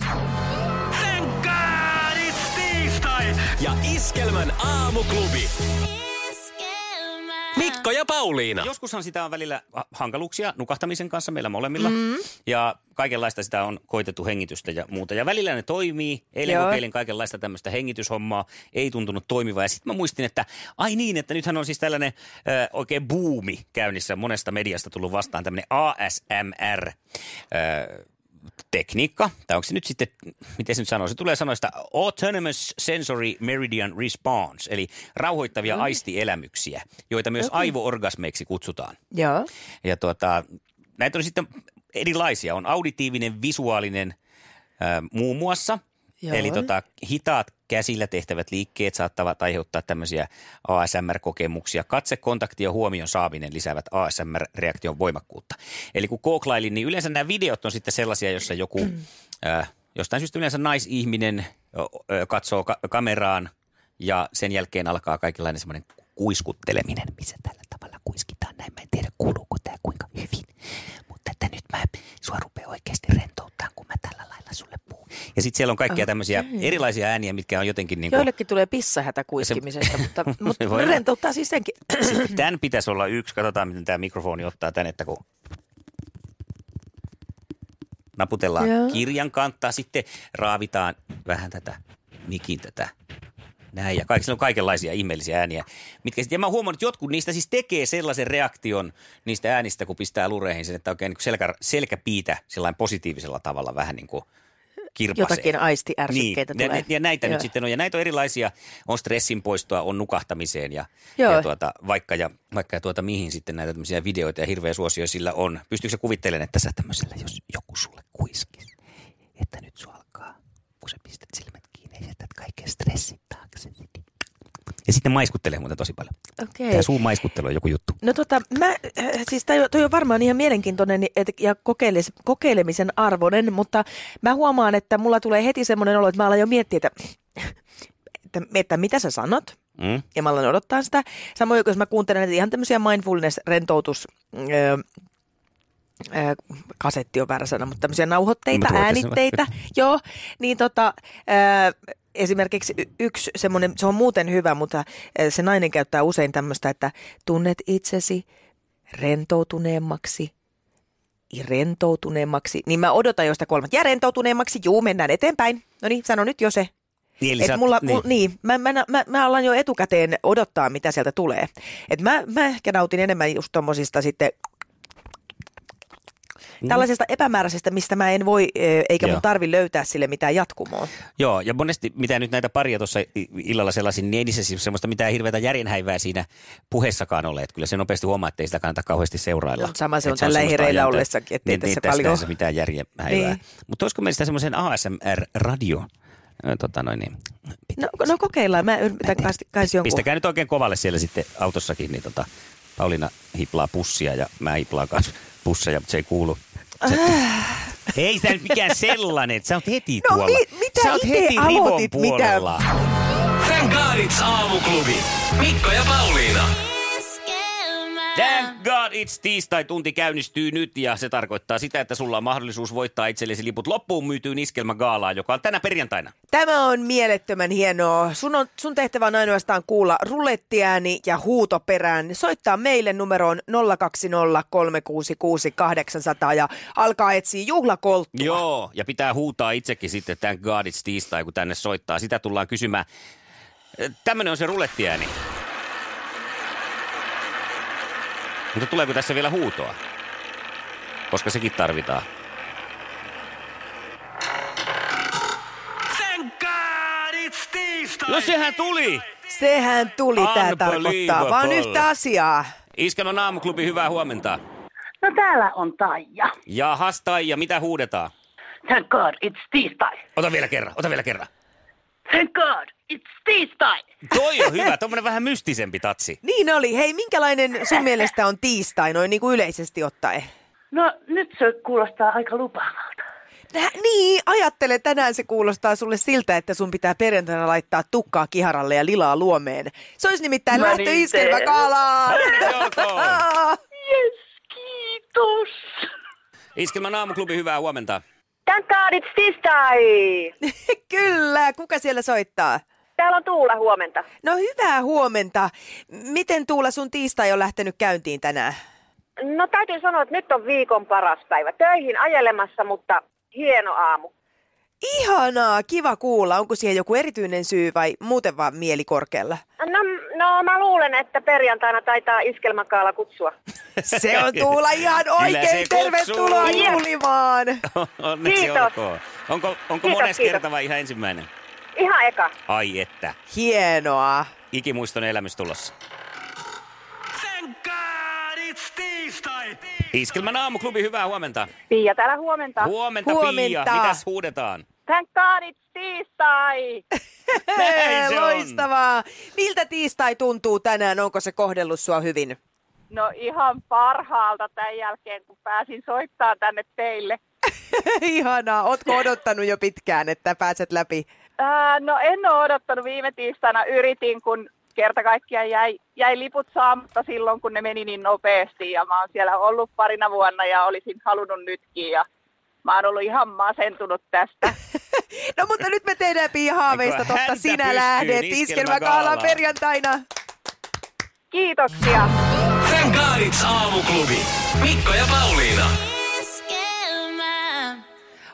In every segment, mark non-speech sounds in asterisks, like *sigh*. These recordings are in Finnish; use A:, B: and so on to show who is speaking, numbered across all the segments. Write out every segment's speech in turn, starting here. A: Thank God it's tiistai!
B: ja Iskelmän aamuklubi. Mikko ja Pauliina.
A: Joskushan sitä on välillä ha- hankaluuksia nukahtamisen kanssa meillä molemmilla. Mm. Ja kaikenlaista sitä on koitettu hengitystä ja muuta. Ja välillä ne toimii. Eilen Joo.
C: Joo.
A: kokeilin kaikenlaista tämmöistä hengityshommaa. Ei tuntunut toimivaa. Ja sitten mä muistin, että ai niin, että nythän on siis tällainen äh, oikein buumi käynnissä. Monesta mediasta tullut vastaan tämmöinen ASMR. Äh, tekniikka, tai onko se nyt sitten, miten se nyt sanoo, se tulee sanoista Autonomous Sensory Meridian Response, eli rauhoittavia mm. aistielämyksiä, joita myös aivoorgasmeiksi kutsutaan.
C: Joo.
A: Ja tuota, näitä on sitten erilaisia, on auditiivinen, visuaalinen äh, muun muassa, Joo.
C: Joo.
A: eli tota, hitaat käsillä tehtävät liikkeet saattavat aiheuttaa tämmöisiä ASMR-kokemuksia. Katsekontakti ja huomion saaminen lisäävät ASMR-reaktion voimakkuutta. Eli kun kooklailin, niin yleensä nämä videot on sitten sellaisia, jossa joku äh, jostain syystä yleensä naisihminen ö, ö, katsoo ka- kameraan ja sen jälkeen alkaa kaikenlainen semmoinen kuiskutteleminen, missä tällä tavalla kuiskitaan. Näin mä en tiedä, kuuluuko tämä kuinka hyvin. Mutta että nyt mä sua rupeaa oikeasti rentouttaa, kun mä tällä lailla sulle puhun. Ja sitten siellä on kaikkia tämmöisiä erilaisia ääniä, mitkä on jotenkin niin kuin,
C: Joillekin tulee pissahätä
A: *laughs*
C: kuiskimisesta, mutta, mutta
A: voi olla.
C: rentouttaa siis senkin.
A: *clears throat* Sitten tämän pitäisi olla yksi. Katsotaan, miten tämä mikrofoni ottaa tän, että kun naputellaan Joo.
C: Joo.
A: kirjan kantaa, sitten raavitaan vähän tätä mikin tätä. Näin, ja kaikki, sillä on kaikenlaisia ihmeellisiä ääniä. Mitkä sit, ja mä oon huomannut, että jotkut niistä siis tekee sellaisen reaktion niistä äänistä, kun pistää lureihin sen, että oikein niin selkä, selkäpiitä sellainen positiivisella tavalla vähän niin kuin kirpasee.
C: Jotakin aistiärsykkeitä
A: niin,
C: tulee.
A: Ja, ja näitä Joo.
C: Joo.
A: nyt sitten on. Ja näitä on erilaisia. On stressin poistoa, on nukahtamiseen ja,
C: Joo.
A: ja tuota, vaikka ja, vaikka ja tuota, mihin sitten näitä tämmöisiä videoita ja hirveä suosio sillä on. Pystyykö sä kuvittelemaan, että sä tämmöisellä, jos joku sulle kuiskisi, että nyt sua alkaa, kun sä pistät silmät kiinni ja jätät kaiken stressin taakse. niin- Ja sitten maiskuttelee muuten tosi paljon.
C: Okei.
A: Tämä suun maiskuttelu on joku juttu.
C: No tota, mä, äh, siis toi, toi on varmaan ihan mielenkiintoinen niin et, ja kokeilis, kokeilemisen arvoinen, mutta mä huomaan, että mulla tulee heti semmoinen olo, että mä alan jo miettiä, että, että, että mitä sä sanot.
A: Mm?
C: Ja mä alan odottaa sitä. Samoin, jos mä kuuntelen näitä ihan tämmöisiä mindfulness-rentoutus... Öö, öö, kasetti on väärä sana, mutta tämmöisiä nauhoitteita,
A: Mä tulen tässä
C: äänitteitä. *laughs* Joo, niin tota, öö, esimerkiksi y- yksi semmoinen, se on muuten hyvä, mutta ö, se nainen käyttää usein tämmöistä, että tunnet itsesi rentoutuneemmaksi, i- rentoutuneemmaksi, niin mä odotan jo sitä kolmatta. Ja rentoutuneemmaksi, juu, mennään eteenpäin. No niin, sano nyt jo se.
A: Niin, eli
C: Et
A: sä-
C: mulla,
A: niin.
C: niin. Mul, niin, mä, mä, mä, mä alan jo etukäteen odottaa, mitä sieltä tulee. Et mä, mä ehkä nautin enemmän just tommosista sitten tällaisesta epämääräisestä, mistä mä en voi, ö, eikä
A: Mm. Joo.
C: mun tarvi löytää sille mitään jatkumoa.
A: Joo, ja monesti mitä nyt näitä paria tuossa i- illalla sellaisin, niin ei niissä siis semmoista mitään hirveätä järjenhäivää siinä puheessakaan ole. Että kyllä se nopeasti huomaa, että ei sitä kannata kauheasti seurailla.
C: Joo, sama se
A: Että
C: on tällä
A: semmoista
C: hereillä
A: ajantä-
C: ollessakin, ettei
A: niin,
C: tässä
A: niin, tästä
C: paljon-
A: se mitään järjenhäivää. Niin.
C: Niin.
A: Mutta olisiko meillä sitä semmoisen ASMR-radio? Ö, Tota noin, niin.
C: No, no kokeillaan, mä yritän kai, kai jonkun.
A: Pistäkää nyt oikein kovalle siellä sitten autossakin, niin tota, Pauliina hiplaa pussia ja mä hiplaan kanssa pusseja, mutta se ei kuulu. Se- Ei sitä nyt mikään sellainen, että sä oot heti
C: Ah. No,
A: tuolla.
C: mi- mitä
A: sä oot
C: ite
A: heti rivon
C: aloitit, mitä-
A: puolella.
B: Thank God it's aamuklubi. Mikko ja Pauliina.
A: Thank God it's tiistai. Tunti käynnistyy nyt ja se tarkoittaa sitä, että sulla on mahdollisuus voittaa itsellesi liput loppuun myytyyn iskelmägaalaan, joka on tänä perjantaina.
C: Tämä on mielettömän hienoa. Sun, on, sun tehtävä on ainoastaan kuulla rulettiääni ja huuto perään. Soittaa meille numeroon 020366800 ja alkaa etsiä juhlakolttua.
A: Joo, ja pitää huutaa itsekin sitten Thank God it's tiistai, kun tänne soittaa. Sitä tullaan kysymään. Tämmöinen on se rulettiääni. Mutta tuleeko tässä vielä huutoa? Koska sekin tarvitaan.
B: Thank God it's tiistai.
A: No sehän tuli!
C: Sehän tuli, tämä tarkoittaa. Vaan
A: Unbelievable.
C: yhtä asiaa.
A: Iskelman aamuklubi, hyvää huomenta.
D: No täällä on Taija.
A: Jahas, Taija, mitä huudetaan?
D: Thank God, it's tiistai.
A: Ota vielä kerran, ota vielä kerran.
D: Thank God, it's tiistai.
A: Toi on hyvä, tommonen vähän mystisempi tatsi.
C: Niin oli. Hei, minkälainen sun mielestä on tiistai noin niin kuin yleisesti ottaen?
D: No nyt se kuulostaa aika lupaavalta.
C: Nä, niin, ajattele, tänään se kuulostaa sulle siltä, että sun pitää perjantaina laittaa tukkaa kiharalle ja lilaa luomeen. Se olisi nimittäin
D: No niin,
C: lähtöiskelmä
D: teen.
C: kalaan.
A: Onneksi olkoon.
D: Yes, kiitos.
A: Iskelmän aamuklubi, hyvää huomenta. *laughs*
E: Thank God it's tiistai!
C: *laughs* Kyllä, kuka siellä soittaa?
E: Täällä on Tuula huomenta.
C: No hyvää huomenta. Miten Tuula sun tiistai on lähtenyt käyntiin tänään?
E: No täytyy sanoa, että nyt on viikon paras päivä. Töihin ajelemassa, mutta hieno aamu.
C: Ihanaa, kiva kuulla. Onko siihen joku erityinen syy vai muuten vaan mieli korkealla?
E: No, no mä luulen, että perjantaina taitaa iskelmäkaala kutsua.
C: Se on Tuula ihan
A: se
C: oikein.
A: kutsuu.
C: Tervetuloa
E: Jep.
C: juhlimaan.
A: Onneksi
E: Kiitos.
A: olkoon. Onko, onko
E: Kiitos,
A: mones
E: kiitos.
A: kerta vai ihan ensimmäinen?
E: Ihan eka.
A: Ai että,
C: Hienoa.
A: ikimuiston elämys tulossa. Iskelmän aamuklubi, hyvää huomenta.
E: Pia täällä huomenta.
A: Huomenta,
C: Huomenta.
A: Pia. Mitäs huudetaan?
E: Thank God it's tiistai!
A: Näin se on.
C: Loistavaa. Miltä tiistai tuntuu tänään? Onko se kohdellut sua hyvin? *laughs*
E: No ihan parhaalta tämän jälkeen, kun pääsin soittaa tänne teille.
C: Ihanaa. Ootko odottanut jo pitkään, että pääset läpi?
E: Ää, no en ole odottanut viime tiistaina. Yritin, kun kerta kaikkiaan jäi, jäi liput saamatta silloin, kun ne meni niin nopeasti. Ja mä oon siellä ollut parina vuonna ja olisin halunnut nytkin. Ja mä oon ollut ihan masentunut tästä.
C: No mutta nyt me tehdään Pia haaveista
A: Eikö
C: totta.
A: häntä
C: Sinä
A: pystyyn
C: lähdet
A: iskelmägaalaan.
C: iskelmäkaalaan perjantaina.
E: Kiitoksia.
B: Thank God it's aamuklubi. Mikko ja Pauliina.
F: Esquema.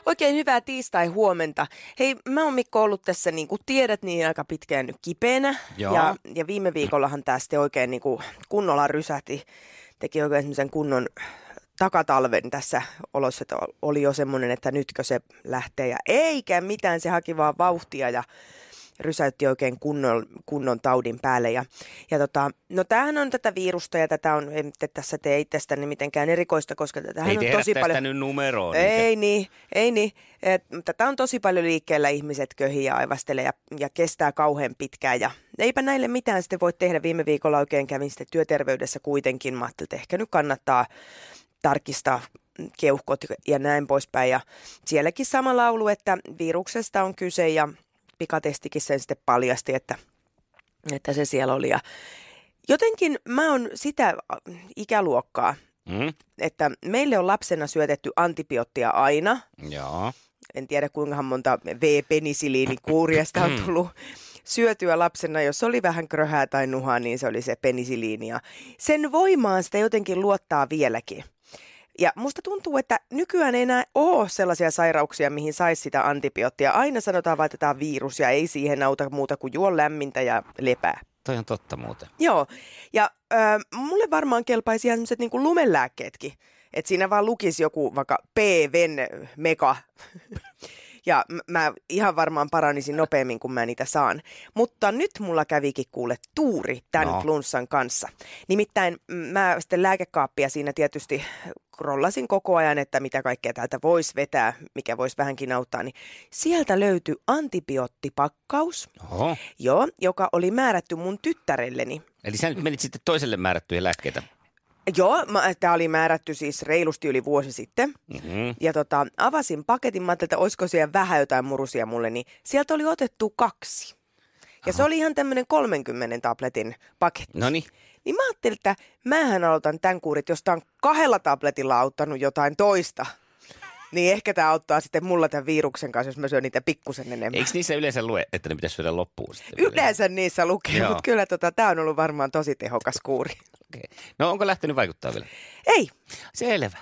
C: Oikein hyvää tiistai-huomenta. Hei, mä oon Mikko ollut tässä, niin kuin tiedät, niin aika pitkään nyt kipeänä.
A: Joo.
C: Ja, ja viime viikollahan tää sitten oikein niin kuin kunnolla rysähti. Teki oikein semmoisen kunnon takatalven tässä olossa, että oli jo semmoinen, että nytkö se lähtee. Ja eikä mitään, se haki vaan vauhtia ja rysäytti oikein kunnon, kunnon taudin päälle. Ja, ja tota, no tämähän on tätä virusta ja tätä on, en te tässä tee itsestäni mitenkään erikoista, koska tätähän
A: Ei
C: on
A: tehdä
C: tosi
A: tästä
C: paljon...
A: nyt numeroa.
C: Ei niin, ei niin. Et, tätä on tosi paljon liikkeellä, ihmiset köhii ja aivastelee ja, ja kestää kauhean pitkään. Ja eipä näille mitään sitten voi tehdä. Viime viikolla oikein kävin sitten työterveydessä kuitenkin. Mä ajattelin, että ehkä nyt kannattaa tarkistaa keuhkot ja näin poispäin. Ja sielläkin sama laulu, että viruksesta on kyse ja pikatestikin sen sitten paljasti, että, että se siellä oli. Ja jotenkin mä oon sitä äh, ikäluokkaa,
A: Mm?
C: että meille on lapsena syötetty antibioottia aina.
A: Joo.
C: En tiedä kuinka monta V-penisiliinikuuriasta on tullut syötyä lapsena. Jos oli vähän kröhää tai nuhaa, niin se oli se penisiliini. Ja sen voimaan sitä jotenkin luottaa vieläkin. Ja musta tuntuu, että nykyään ei enää ole sellaisia sairauksia, mihin saisi sitä antibioottia. Aina sanotaan vaan, että tämä on virus ja ei siihen auta muuta kuin juo lämmintä ja lepää.
A: Toi on totta muuten.
C: Joo, ja ö, mulle varmaan kelpaisi ihan semmoiset niin lumelääkkeetkin. Että siinä vaan lukisi joku vaikka PVn meka. *laughs* ja m- mä ihan varmaan paranisin nopeammin, kun mä niitä saan. Mutta nyt mulla kävikin kuule tuuri tämän
A: No.
C: no. flunssan kanssa. Nimittäin mm, mä sitten lääkekaappia siinä tietysti krollasin koko ajan, että mitä kaikkea täältä voisi vetää, mikä voisi vähänkin auttaa. Niin sieltä löytyi antibioottipakkaus,
A: Oho.
C: joo, joka oli määrätty mun tyttärelleni.
A: Eli sä nyt menit sitten toiselle määrättyjä lääkkeitä.
C: Joo, tämä oli määrätty siis reilusti yli vuosi sitten.
A: Mm-hmm.
C: Ja tota, avasin paketin, mä ajattelin, että olisiko siellä vähän jotain murusia mulle, niin sieltä oli otettu kaksi. Ja se oli ihan tämmöinen 30 tabletin paketti.
A: No niin.
C: Niin mä ajattelin, että mähän aloitan tämän kuurit, jos tää on kahdella tabletilla auttanut jotain toista. Niin ehkä tämä auttaa sitten mulla tämän viruksen kanssa, jos mä syön niitä pikkusen enemmän.
A: Eikö niissä yleensä lue, että ne pitäisi syödä loppuun sitten?
C: Yleensä niissä lukee,
A: Joo.
C: mutta kyllä tota, tämä on ollut varmaan tosi tehokas kuuri.
A: Okay. No onko lähtenyt vaikuttaa vielä?
C: Ei,
A: Selvä.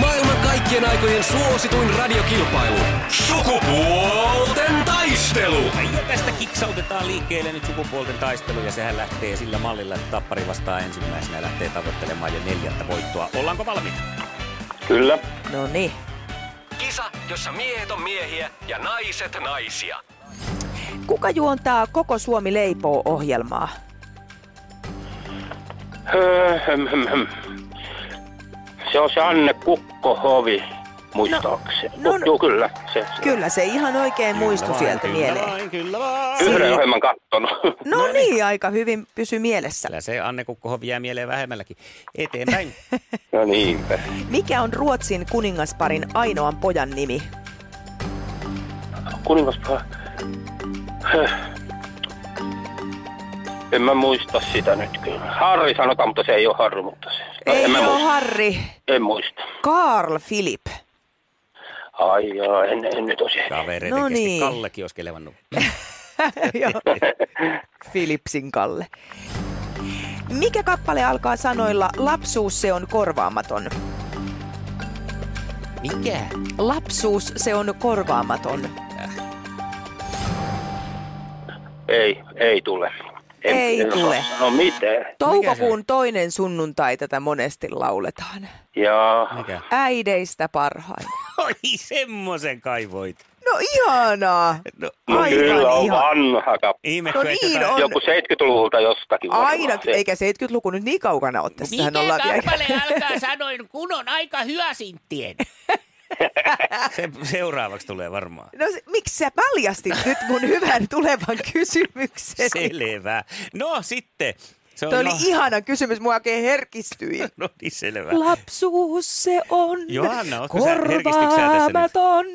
B: Maailman kaikkien aikojen suosituin radiokilpailu. Sukupuolten taistelu.
A: Ja tästä kiksautetaan liikkeelle nyt sukupuolten taistelu ja sehän lähtee sillä mallilla, että tappari vastaa ensimmäisenä ja lähtee tavoittelemaan jo neljättä voittoa. Ollaanko valmiita?
G: Kyllä.
C: no niin.
B: Kisa, jossa miehet on miehiä ja naiset naisia.
C: Kuka juontaa Koko Suomi leipoo ohjelmaa?
G: Höö, höm, höm, höm. Se on se Anne Kukkohovi.
F: muistaakseni.
C: no
F: No,
C: no.
F: no, Joo, kyllä. Se, se.
C: Kyllä se ihan oikein muistui sieltä mieleen.
A: Vain, kyllä vaan.
F: Yhden ohjelman kattonut.
C: No niin, aika hyvin pysy mielessä.
A: Kyllä se Anne Kukkoho jää mieleen vähemmälläkin.
C: *laughs*
A: Eteenpäin.
F: no niinpä.
C: Mikä on Ruotsin kuningasparin ainoan pojan nimi?
F: Kuningaspaha. Höh. En mä muista sitä nyt kyllä. Harri sanotaan, mutta se ei ole Harri, mutta se. No,
C: Ei
F: en mä
C: ole
F: muista.
C: Harri.
F: En muista.
C: Karl Philip. *laughs*
F: Ai jaa, en, en nyt osi.
A: Kavereiden
C: No
A: no niin.
C: niin.
A: Kallekin olisi kelevannut.
C: Joo. Philipsin Kalle. Mikä kappale alkaa sanoilla lapsuus se on korvaamaton?
A: Mikä?
C: Lapsuus se on korvaamaton.
F: Ei, ei tule. En,
C: Ei
F: en osaa
C: tule.
F: sanoa mitään.
C: Toukokuun toinen sunnuntai tätä monesti lauletaan.
F: Jaa.
A: Mikä?
C: Äideistä parhain.
A: Oi, semmoisen kaivoit.
C: No ihanaa.
A: No,
F: No
C: Aivan
F: kyllä on
C: ihan.
F: vanha kappale.
A: ihme,
C: No
A: kun ei
C: niin
A: tota-
C: on.
F: Joku 70-luvulta jostakin. varmaan.
C: Aina,
F: Se-
C: eikä 70-luku nyt niin kaukana ole. Tässähän ollaan vielä.
A: alkaa sanoin, kun on aika hyvä sinttien? Se seuraavaksi tulee varmaan.
C: No se- miksi sä paljastit nyt mun hyvän
A: *laughs*
C: tulevan kysymyksen?
A: Selvä. No sitten. Se on
C: Toi oli
A: jo-
C: ihana kysymys, mua oikein herkistyi.
A: No niin, selvä.
C: Lapsuus se on
A: Johanna, ootko sä- herkistytkö sä tässä nyt?
C: korvaamaton.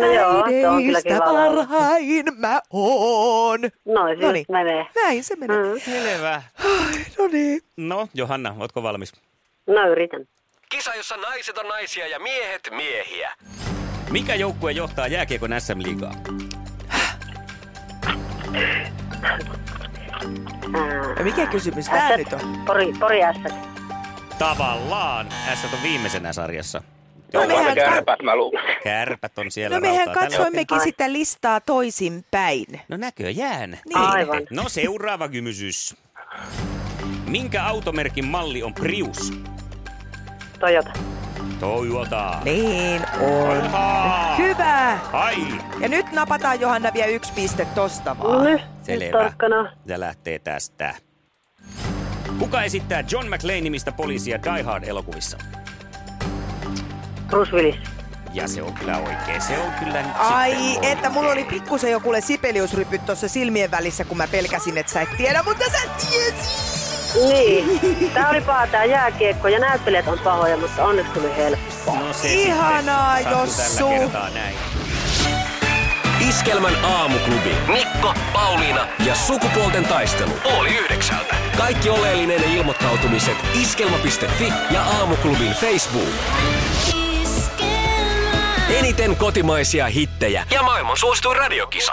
G: No joo, se on kyllä
C: Äideistä
G: kiva laulu.
C: parhain mä oon.
G: Noin se
C: Noniin.
G: just menee.
C: Näin se menee.
G: Mm.
A: Selvä.
C: No niin.
A: No, Johanna, ootko valmis?
G: No yritän.
B: Kisa, jossa naiset on naisia ja miehet miehiä.
A: Mikä joukkue johtaa jääkiekon SM-liigaa?
G: Ää,
C: Ja mikä kysymys tämä nyt on?
G: Pori, pori ässät.
A: Tavallaan. S on viimeisenä sarjassa.
F: Joo, vaan
C: No mehän-
F: ne kärpäät mä luulen.
A: Kärpät on siellä
C: No mehän
A: rautaa. Tällä
C: katsoimmekin
G: Ai.
C: sitä listaa toisinpäin.
A: No näköjään.
C: Niin.
G: Aivan.
A: No seuraava kysymys. Minkä automerkin malli on Prius?
G: Toyota.
A: Toyota.
C: Niin on.
A: Ahaa.
C: Hyvä.
A: Ai.
C: Ja nyt napataan Johanna vielä yksi piste tosta vaan.
G: Nyt, nyt
A: Selvä.
G: tarkkana.
A: Ja lähtee tästä. Kuka esittää John McClane-nimistä poliisia Die Hard-elokuvissa?
G: Bruce Willis.
A: Ja se on kyllä oikein. Se on kyllä nyt
C: Ai,
A: sitten
C: että mulla oli
A: oikein.
C: pikkusen joku sipeliusrypyt tuossa silmien välissä, kun mä pelkäsin, että sä et tiedä, mutta sä tiesit!
G: Niin. Tää oli paha tää jääkiekko ja näyttelijät on pahoja, mutta onneksi tuli helppo.
A: No se
C: Ihanaa,
A: sitten sattui
C: Jossu.
A: tällä kertaa näin.
B: Iskelmän aamuklubi. Mikko, Pauliina ja sukupuolten taistelu. Oli yhdeksältä. Kaikki oleellinen ilmoittautumiset iskelma.fi ja aamuklubin Facebook. Eniten kotimaisia hittejä ja maailman suosituin radiokisa.